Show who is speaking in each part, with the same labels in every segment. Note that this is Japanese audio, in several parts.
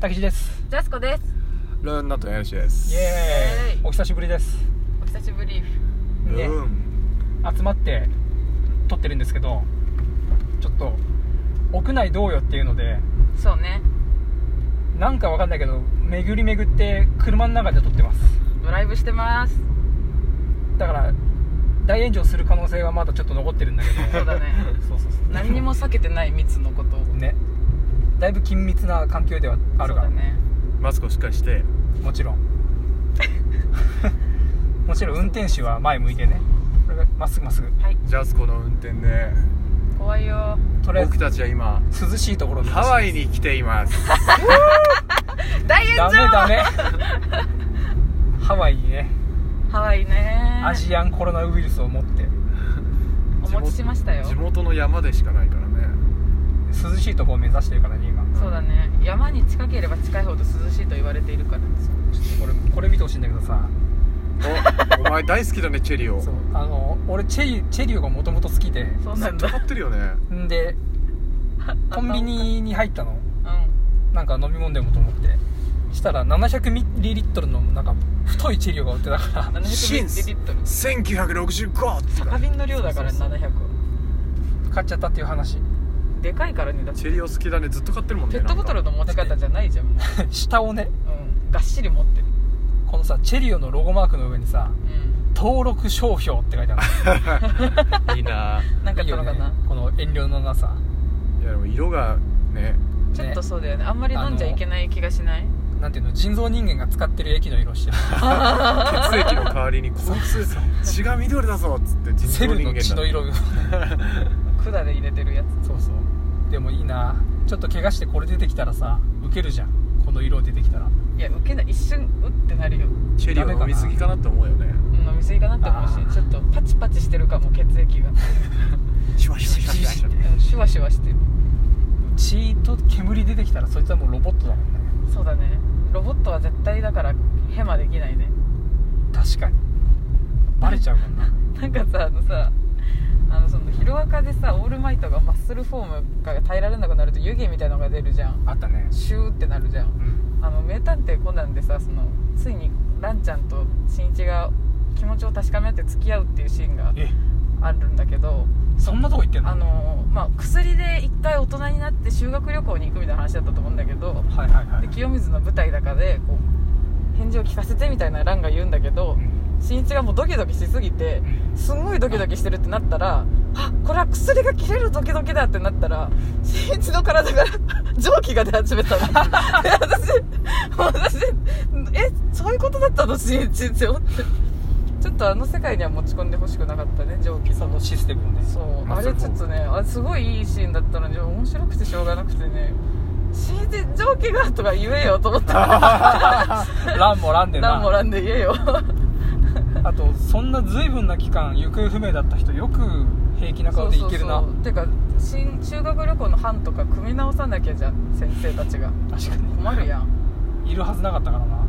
Speaker 1: たけしです
Speaker 2: ジャスコです。
Speaker 3: ルーンのとやるしです
Speaker 1: イエーイ
Speaker 2: イエーイ
Speaker 1: お久しぶりです、
Speaker 2: お久しぶり。
Speaker 3: ル
Speaker 1: ね、
Speaker 3: ーン
Speaker 1: 集まって撮ってるんですけどちょっと屋内どうよっていうので
Speaker 2: そうね。
Speaker 1: なんかわかんないけど巡り巡って車の中で撮ってます
Speaker 2: ドライブしてます。
Speaker 1: だから大炎上する可能性はまだちょっと残ってるんだけど
Speaker 2: そうだね。
Speaker 1: そうそうそう
Speaker 2: 何にも避けてない密のことを。
Speaker 1: ねだいぶ緊密な環境ではある
Speaker 2: そう
Speaker 1: か
Speaker 2: だ
Speaker 1: ら
Speaker 2: ね。
Speaker 3: マスクをしっかりして
Speaker 1: もちろんもちろん運転手は前向いてねこれがまっすぐまっすぐ
Speaker 2: はい。
Speaker 3: ジャスコの運転で
Speaker 2: 怖いよ。
Speaker 1: とりあえ
Speaker 3: 僕たちは今
Speaker 1: ず涼しいところに
Speaker 3: ハワイに来ています
Speaker 2: 大
Speaker 1: ダ
Speaker 2: 炎
Speaker 1: メ
Speaker 2: 上。
Speaker 1: ダメハワイにね
Speaker 2: ハワイね。
Speaker 1: アジアンコロナウイルスを持って
Speaker 2: お持ちしましたよ。
Speaker 3: 地元の山でしかないからね
Speaker 1: 涼しいところを目指してるからね今
Speaker 2: そうだね。山に近ければ近いほど涼しいと言われているから。
Speaker 1: ちょっとこれこれ見てほしいんだけどさ
Speaker 3: お お前大好きだねチェリオ
Speaker 1: そうあの俺チェリチェリオがもともと好きで
Speaker 2: そうなん
Speaker 3: 尖
Speaker 2: だ。
Speaker 3: ってるよね
Speaker 1: んでコンビニに入ったの
Speaker 2: うん。
Speaker 1: なんか飲み物でもと思ってしたら700ミリリットルのなんか太いチェリオが売ってたから
Speaker 2: 700
Speaker 3: シンス
Speaker 2: ミリリットル。
Speaker 3: 1965
Speaker 2: 酒瓶の量だから
Speaker 1: そうそう
Speaker 2: 700は。
Speaker 1: 買っちゃったっていう話
Speaker 2: でかいからねだって
Speaker 3: チェリオ好きだねずっと買ってるもんね
Speaker 2: ペットボトル
Speaker 3: なんか
Speaker 2: の持ち方じゃないじゃんも
Speaker 1: 下をね
Speaker 2: う、うん、がっしり持ってる
Speaker 1: このさチェリオのロゴマークの上にさ
Speaker 2: う
Speaker 1: 「登録商標」って書いてある
Speaker 3: いいな
Speaker 2: んなんかあ
Speaker 1: いい
Speaker 2: った
Speaker 1: よ
Speaker 2: のか
Speaker 1: ね
Speaker 2: な、
Speaker 1: この遠慮のなさ
Speaker 3: いやでも色が ね
Speaker 2: ちょっとそうだよねあんまり飲んじゃいけない気がしない
Speaker 1: なんていうの人造人間が使ってる液の色 してる
Speaker 3: 血液の代わりにこいつ血が緑だぞっつって人
Speaker 1: セ
Speaker 3: 造
Speaker 1: ル
Speaker 3: 人間
Speaker 1: の
Speaker 3: だ
Speaker 1: 血の色
Speaker 2: 管で入れてるやつ
Speaker 1: そうそうでもいいなちょっと怪我してこれ出てきたらさウケるじゃんこの色出てきたら
Speaker 2: いや受けない一瞬うってなるよ
Speaker 3: チェリオ飲みすぎかなって思うよね
Speaker 2: うん飲み過ぎかなって思
Speaker 1: あ
Speaker 2: う
Speaker 1: ー
Speaker 2: しちょっとパチパチしてるかも血液が
Speaker 3: シュワシュワシュワシュワシュワ
Speaker 2: うん シュワシュワしてる
Speaker 1: 血と煙出てきたらそいつはもうロボットだもんね
Speaker 2: そうだねロボットは絶対だからヘマできないね
Speaker 1: 確かにバレちゃうもんな
Speaker 2: なんかさあのさあのそのヒロアカでさオールマイトがマッスルフォームが耐えられなくなると湯気みたいなのが出るじゃん
Speaker 1: あったね
Speaker 2: シューってなるじゃん
Speaker 1: うん
Speaker 2: あの名探偵コナンでさそのついにランちゃんとしんいちが気持ちを確かめ合って付き合うっていうシーンが
Speaker 1: え
Speaker 2: あるんだけど
Speaker 1: そんなとこ行ってんの
Speaker 2: あのまあ、薬で一回大人になって修学旅行に行くみたいな話だったと思うんだけど
Speaker 1: はいはいはい
Speaker 2: で清水の舞台だかでこう返事を聞かせてみたいな蘭が言うんだけど
Speaker 1: うん
Speaker 2: 新一がもうドキドキしすぎてすんごいドキドキしてるってなったらあこれは薬が切れるドキドキだってなったら新一の体から 蒸気が出始 めたので私私えそういうことだったの新一って思ってちょっとあの世界には持ち込んでほしくなかったね蒸気
Speaker 1: そのシステムをね
Speaker 2: そう
Speaker 3: まあ
Speaker 2: あれちょっとねあすごいいいシーンだったのに面白くてしょうがなくてね「死んで蒸気が」とか言えよと思って
Speaker 1: ランもランでな
Speaker 2: 何もらんで言えよ
Speaker 1: あとそんな随分な期間行方不明だった人よく平気な顔で行けるな
Speaker 2: そうそうそうてか新修学旅行の班とか組み直さなきゃじゃん先生たちが
Speaker 1: 確か
Speaker 2: 困るやん
Speaker 1: にいるはずなかったからな
Speaker 3: ま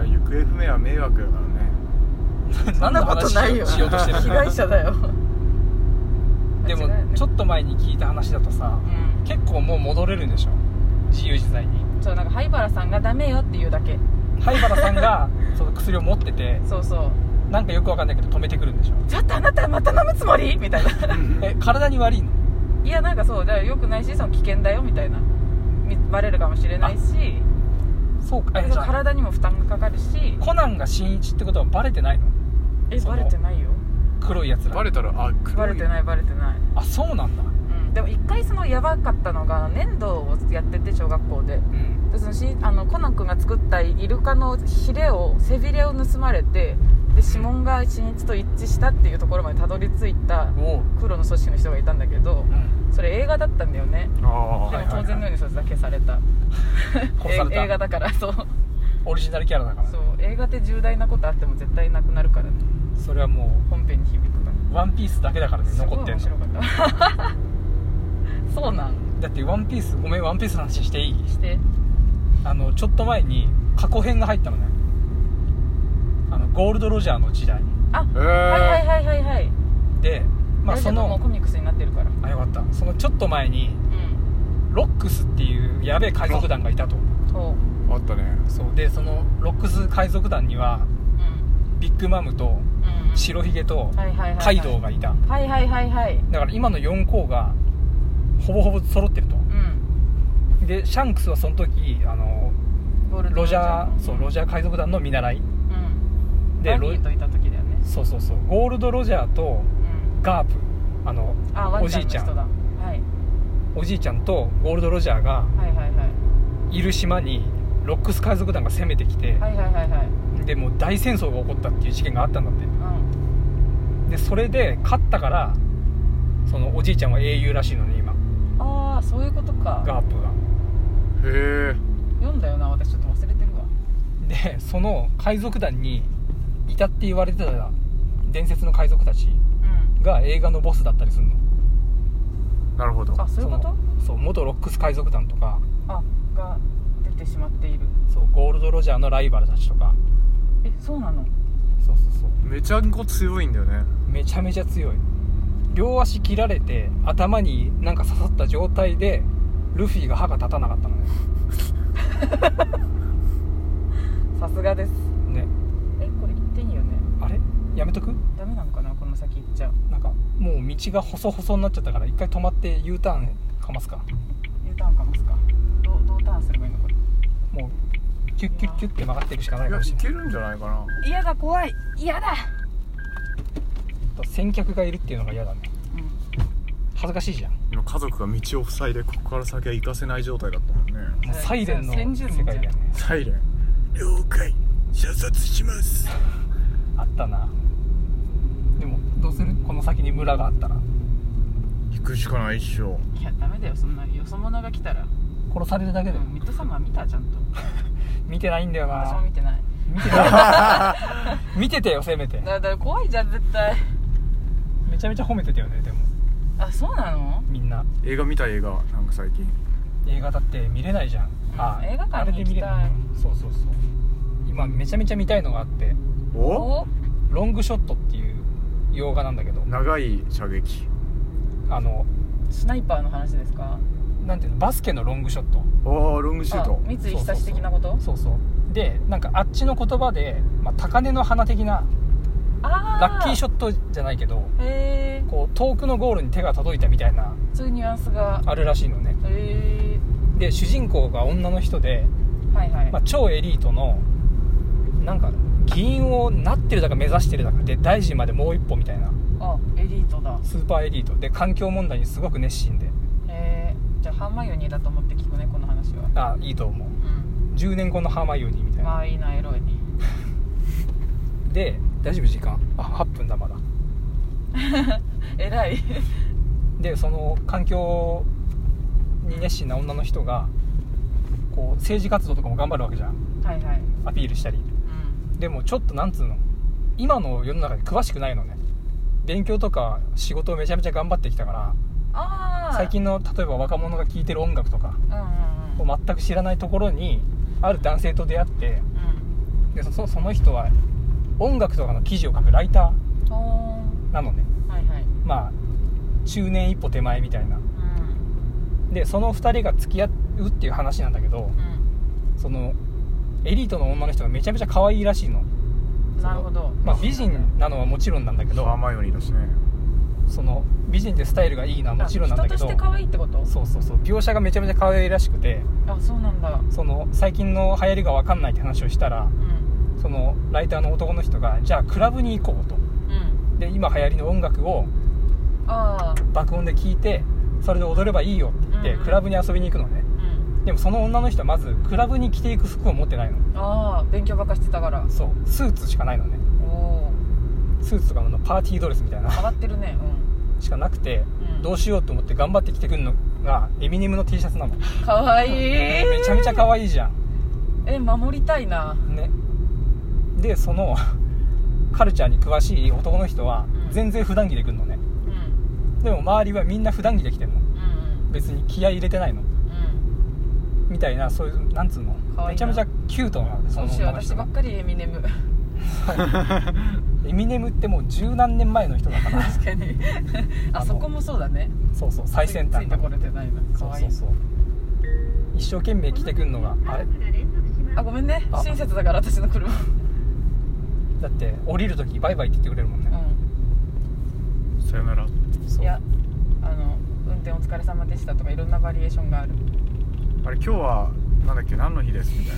Speaker 3: あ行方不明は迷惑やからね
Speaker 2: そんなことないよ
Speaker 1: 何の話しようとしてる
Speaker 2: 被害者だよ
Speaker 1: でも、
Speaker 2: 間違いない
Speaker 1: ちょっと前に聞いた話だとさ
Speaker 2: うん
Speaker 1: 結構もう戻れるんでしょ自由自在に
Speaker 2: そうなんか灰原さんがダメよって言うだけ
Speaker 1: 灰原さん がその薬を持ってて
Speaker 2: そうそう
Speaker 1: なんかよくわかんないけど止めてくるんでしょ
Speaker 2: ちょっとあなたまた飲むつもりみたいな
Speaker 1: え体に悪いの
Speaker 2: いやなんかそうだからよくないしその危険だよみたいなみバレるかもしれないし
Speaker 1: そうか
Speaker 2: あ
Speaker 1: え
Speaker 2: れ
Speaker 1: じ
Speaker 2: が
Speaker 1: ゃあ
Speaker 2: 体にも負担がかかるし
Speaker 1: コナンが新一ってことはバレてないの
Speaker 2: え
Speaker 1: その
Speaker 2: バレてないよ
Speaker 1: 黒いやつら
Speaker 3: バレたらあ黒い
Speaker 2: バレてないバレてない、
Speaker 1: あそうなんだ
Speaker 2: うん、でも一回そのヤバかったのが粘土をやってて小学校で
Speaker 1: うん
Speaker 2: でそのしあのコナン君が作ったイルカのヒレを背びれを盗まれてで指紋が新一と一致したっていうところまでたどり着いた
Speaker 1: おう、
Speaker 2: 黒の組織の人がいたんだけど
Speaker 1: うん、
Speaker 2: それ映画だったんだよね
Speaker 3: ああ
Speaker 2: で
Speaker 3: は
Speaker 2: も
Speaker 3: い
Speaker 2: 当然のようにそれだけ消された
Speaker 1: 殺された
Speaker 2: え映画だからそう
Speaker 1: オリジナルキャラだから
Speaker 2: そう映画って重大なことあっても絶対なくなるからね
Speaker 1: それはも
Speaker 2: 本編に響くか
Speaker 1: うワンピースだけだからね
Speaker 2: ら
Speaker 1: 残ってんの
Speaker 2: すごい面白かった そうなん
Speaker 1: だってワンピースごめんワンピースの話していい
Speaker 2: して
Speaker 1: あのちょっと前に過去編が入ったのねあのゴールド・ロジャーの時代
Speaker 2: あ、
Speaker 3: えー
Speaker 2: はいはいはいはいはい
Speaker 1: でまあ
Speaker 2: 大丈
Speaker 1: そ
Speaker 2: 夫もう
Speaker 1: の
Speaker 2: コミックスになってるから
Speaker 1: あよかったそのちょっと前に
Speaker 2: うん
Speaker 1: 「ロックスっていうやべえ海賊団がいたと
Speaker 2: おう
Speaker 3: あったね
Speaker 1: そうでそのロックス海賊団には
Speaker 2: うん
Speaker 1: ビッグマムと
Speaker 2: うんうん
Speaker 1: 白ひげと
Speaker 2: はいはいはいはい
Speaker 1: カイドウがいた
Speaker 2: はいはいはいはい
Speaker 1: だから今の4校がほぼほぼ揃ってると
Speaker 2: うん
Speaker 1: でシャンクスはその時あの
Speaker 2: ゴールド
Speaker 1: ロジャーそうロ
Speaker 2: ジ
Speaker 1: ジャー海賊団の見習い
Speaker 2: ャーうん
Speaker 1: で
Speaker 2: バ
Speaker 1: ロ
Speaker 2: ニーといた時だよね
Speaker 1: そうそうそうゴールド・ロジャーと
Speaker 2: うん
Speaker 1: ガープあの
Speaker 2: あワンちゃんの
Speaker 1: おじいち
Speaker 2: 人
Speaker 1: ゃん
Speaker 2: だはい
Speaker 1: おじいちゃんとゴールド・ロジャーが
Speaker 2: はいはいはい
Speaker 1: いる島にロックス海賊団が攻めてきて、
Speaker 2: はいはいはいはい
Speaker 1: でもう大戦争が起こったっていう事件があったんだって
Speaker 2: うん
Speaker 1: でそれで勝ったからそのおじいちゃんは英雄らしいのね今
Speaker 2: ああそういうことか
Speaker 1: ガープが
Speaker 3: へえ
Speaker 2: 読んだよな私ちょっと忘れてるわ
Speaker 1: でその海賊団にいたって言われてた伝説の海賊たち
Speaker 2: うん
Speaker 1: が映画のボスだったりするの
Speaker 3: なるほど
Speaker 2: あそういうこと
Speaker 1: のそう元ロックス海賊団とか
Speaker 2: あが出てしまっている
Speaker 1: そうゴールド・ロジャーのライバルたちとか
Speaker 2: えそうなの
Speaker 1: そうそうそう
Speaker 3: めちゃんこ強いんだよね
Speaker 1: めちゃめちゃ強い両足切られて頭になんか刺さった状態でルフィが歯が立たなかったのね
Speaker 2: さすがです
Speaker 1: ね
Speaker 2: えこれ行っていいよね
Speaker 1: あれやめとく
Speaker 2: ダメなのかなこの先行っちゃう
Speaker 1: なんかもう道が細々になっちゃったから一回止まって U ターンかますか
Speaker 2: U ターンかますかどうどうターンすればいいのこれ
Speaker 1: もうキュッキュッキュッて曲がっていくしかない
Speaker 3: い
Speaker 1: か
Speaker 3: や
Speaker 1: もし
Speaker 3: い
Speaker 1: れない
Speaker 3: けるんじゃないかな
Speaker 2: 嫌だ怖い嫌だ
Speaker 1: と先客がいるっていうのが嫌だね
Speaker 2: うん
Speaker 1: 恥ずかしいじゃんも
Speaker 3: 今家族が道を塞いでここから先は行かせない状態だったもんね
Speaker 1: うサイレンの世界だよね
Speaker 3: サイレン了解射殺します
Speaker 1: あったなでもどうするこの先に村があったら
Speaker 3: 行くしかないっしょ
Speaker 2: いやダメだよそんなよそ者が来たら、
Speaker 1: 殺されるだけだよ
Speaker 2: うんミッドサマー見たちゃんと
Speaker 1: 見てないんだよ
Speaker 2: 私も
Speaker 1: な
Speaker 2: 見てない
Speaker 1: 見てない見ててよせめて
Speaker 2: だだから怖いじゃん絶対
Speaker 1: めちゃめちゃ褒めてたよねでも
Speaker 2: あそうなの
Speaker 1: みんな
Speaker 3: 映画見た映画なんか最近
Speaker 1: 映画だって見れないじゃん、
Speaker 2: うん
Speaker 1: あ
Speaker 2: 映画館に
Speaker 1: あれで見れるの
Speaker 2: 行きたい
Speaker 1: そうそうそう今めちゃめちゃ見たいのがあって
Speaker 3: お
Speaker 2: お
Speaker 1: 「ロングショット」っていう洋画なんだけど
Speaker 3: 長い射撃
Speaker 1: あの
Speaker 2: スナイパーの話ですか
Speaker 1: なんていうのバスケのロングショット
Speaker 3: おーロングシュー
Speaker 2: あ
Speaker 3: ト
Speaker 2: 三井久志的なこと
Speaker 1: そうそうでなんかあっちの言葉で、まあ、高嶺の花的な
Speaker 2: あ
Speaker 1: ラッキーシ
Speaker 2: ョ
Speaker 1: ョットじゃないけど
Speaker 2: ッへえ
Speaker 1: こう遠くのゴールに手が届いたみたいな
Speaker 2: そういうニュアンスが
Speaker 1: あるらしいのね
Speaker 2: へ
Speaker 1: で主人公が女の人で、
Speaker 2: えはいはい、
Speaker 1: まあ、超エリートのなんか議員をなってるだか目指してるだかで大臣までもう一歩みたいな
Speaker 2: あエリートだ
Speaker 1: スーパーエリートで環境問題にすごく熱心で
Speaker 2: へえじゃあハーマイオニーだと思って聞くねこの話は
Speaker 1: あいいと思う
Speaker 2: うん
Speaker 1: 10年後のハーマイオニーみたいな、
Speaker 2: まあいいなエロい に
Speaker 1: で大丈夫時間あ8分だまだ
Speaker 2: 偉い
Speaker 1: でその環境に熱心な女の人がこう政治活動とかも頑張るわけじゃん
Speaker 2: はいはい
Speaker 1: アピールしたり
Speaker 2: うん
Speaker 1: でもちょっとなんつうの今の世の中に詳しくないのね勉強とか仕事をめちゃめちゃ頑張ってきたから
Speaker 2: ああ
Speaker 1: 最近の例えば若者が聴いてる音楽とか
Speaker 2: うんうん
Speaker 1: を全く知らないところにある男性と出会って
Speaker 2: うん
Speaker 1: でそその人は音楽とかの記事を書くライタ
Speaker 2: うんとーん
Speaker 1: ーなのね
Speaker 2: はいはい
Speaker 1: まあ中年一歩手前みたいな
Speaker 2: うん
Speaker 1: でその2人が付き合うっていう話なんだけど
Speaker 2: うん
Speaker 1: そのエリートの女の人がめちゃめちゃ可愛いらしいの、
Speaker 2: なるほど
Speaker 1: まあ、美人なのはもちろんなんだけど
Speaker 3: ハーマイオニーだしね
Speaker 1: その美人でスタイルがいいのはもちろんなんだけ
Speaker 2: あ人と
Speaker 1: ど
Speaker 2: して可愛いってこと
Speaker 1: そうそうそう描写がめちゃめちゃ可愛いらしくて
Speaker 2: あそうなんだ
Speaker 1: その最近の流行りが分かんないって話をしたら
Speaker 2: うん
Speaker 1: そのライターの男の人がじゃあクラブに行こうと
Speaker 2: うん
Speaker 1: で今流行りの音楽を
Speaker 2: ああ
Speaker 1: 爆音で聴いてそれで踊ればいいよって言って、
Speaker 2: うんうん
Speaker 1: クラブに遊びに行くのね
Speaker 2: うん
Speaker 1: でもその女の人はまずクラブに着ていく服を持ってないの
Speaker 2: ああ勉強ばっかしてたから
Speaker 1: そうスーツしかないのね
Speaker 2: おお
Speaker 1: スーツとかのパーティードレスみたいな
Speaker 2: 上がってるねう
Speaker 1: しかなくて、
Speaker 2: うん
Speaker 1: どうしようと思って頑張って着てくるのがエミネムの T シャツなの、
Speaker 2: んかわいい
Speaker 1: めちゃめちゃ可愛いじゃん
Speaker 2: え守りたいな
Speaker 1: ねでそのカルチャーに詳しい男の人は
Speaker 2: うん
Speaker 1: 全然普段着で来るのね
Speaker 2: うん
Speaker 1: でも周りはみんな普段着で来てるの
Speaker 2: うん
Speaker 1: 別に気合い入れてないの
Speaker 2: うん
Speaker 1: みたいなそういうなんつうの
Speaker 2: 可愛いな
Speaker 1: めちゃめちゃキュートなそ
Speaker 2: そ
Speaker 1: の
Speaker 2: うしよう
Speaker 1: 女の
Speaker 2: 私
Speaker 1: 人
Speaker 2: ば
Speaker 1: が
Speaker 2: っかりエミネム
Speaker 1: エミネムってもう十何年前の人だ から
Speaker 2: 確かにあ
Speaker 1: あの
Speaker 2: そこもそうだね
Speaker 1: そうそう最先
Speaker 2: つ
Speaker 1: 端
Speaker 2: いてこれてないな
Speaker 1: そ
Speaker 2: か
Speaker 1: う
Speaker 2: わい
Speaker 1: そ
Speaker 2: いう
Speaker 1: そう一生懸命来てくんのがあれ
Speaker 2: あごめんね
Speaker 1: あ
Speaker 2: 親切だから私の車
Speaker 1: だって降りる時バイバイって言ってくれるもんね、
Speaker 2: う
Speaker 3: さよなら
Speaker 1: そ
Speaker 2: ん
Speaker 1: う
Speaker 2: いやあの運転お疲れ様でしたとかいろんなバリエーションがある
Speaker 3: あれ今日はなんだっけ何の日ですみたい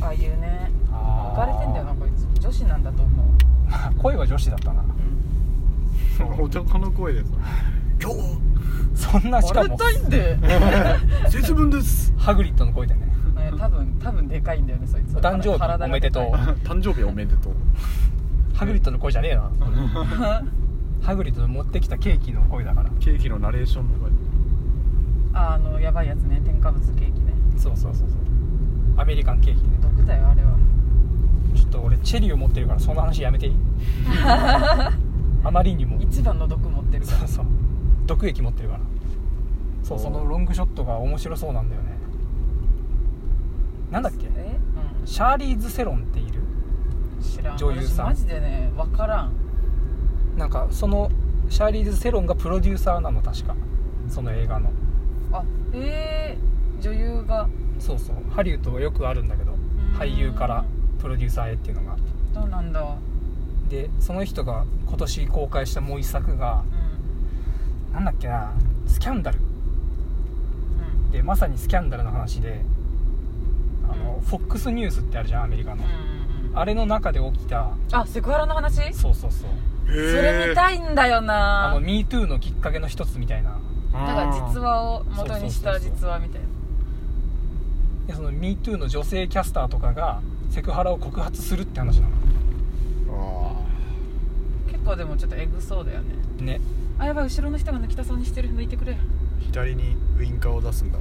Speaker 3: な
Speaker 2: ああいうね浮
Speaker 1: 浮
Speaker 2: かれてんだよなこいつ女子なんだと思う、
Speaker 1: 声は女子だったな
Speaker 2: うん、
Speaker 3: 男の声です今日
Speaker 1: そんなしかも
Speaker 2: 割れたいん で、ね、
Speaker 3: は節分です
Speaker 1: ハグリッドの声でね
Speaker 2: 多分多分でかいんだよねそいつ
Speaker 1: お誕生日
Speaker 2: 体が
Speaker 1: おめでとう
Speaker 2: かい
Speaker 3: 誕生日おめでとう
Speaker 1: ハグリッドの声じゃねえな ハグリッドの持ってきたケーキの声だから
Speaker 3: ケーキのナレーションの声
Speaker 2: ああのやばいやつね添加物ケーキね
Speaker 1: そうそうそうそうアメリカンケーキね
Speaker 2: 毒だよあれは
Speaker 1: ちょっと俺チェリーを持ってるからその話やめていいあまりにも
Speaker 2: 一番の毒持ってるか
Speaker 1: そうそう毒液持ってるからそう
Speaker 3: おー
Speaker 1: そのロングショットが面白そうなんだよねな
Speaker 2: ら
Speaker 1: んだっけ
Speaker 2: え、う
Speaker 1: シャーリーズ・セロンっている
Speaker 2: ん、知らん
Speaker 1: 女優さん
Speaker 2: 私マジでね分からん
Speaker 1: なんかそのシャーリーズ・セロンがプロデューサーなの確かその映画の
Speaker 2: あえー、女優が
Speaker 1: そうそうハリウッドはよくあるんだけど
Speaker 2: ん
Speaker 1: 俳優からプロデューサーへっていうのが
Speaker 2: どうなんだう
Speaker 1: でその人が今年公開したもう一作が
Speaker 2: ん
Speaker 1: なんだっけなスキャンダル
Speaker 2: うん
Speaker 1: でまさにスキャンダルの話であの、
Speaker 2: うん
Speaker 1: FOX ニュースってあるじゃんアメリカの、
Speaker 2: うんうん
Speaker 1: あれの中で起きた
Speaker 2: あセクハラの話そ
Speaker 1: そうそうそう
Speaker 2: れ見たいんだよ
Speaker 1: あ
Speaker 2: な
Speaker 1: の MeToo のきっかけの一つみたいな
Speaker 3: だ
Speaker 2: だから実話を元にした実話みたいな
Speaker 1: でその MeToo の女性キャスターとかがセクハラを告発するって話なの
Speaker 2: 結構でもちょっとエグそうだよね
Speaker 1: ね
Speaker 2: あやばい後ろの人が抜きたそうにしてる抜いてくれ
Speaker 3: 左にウインカーを出すんだ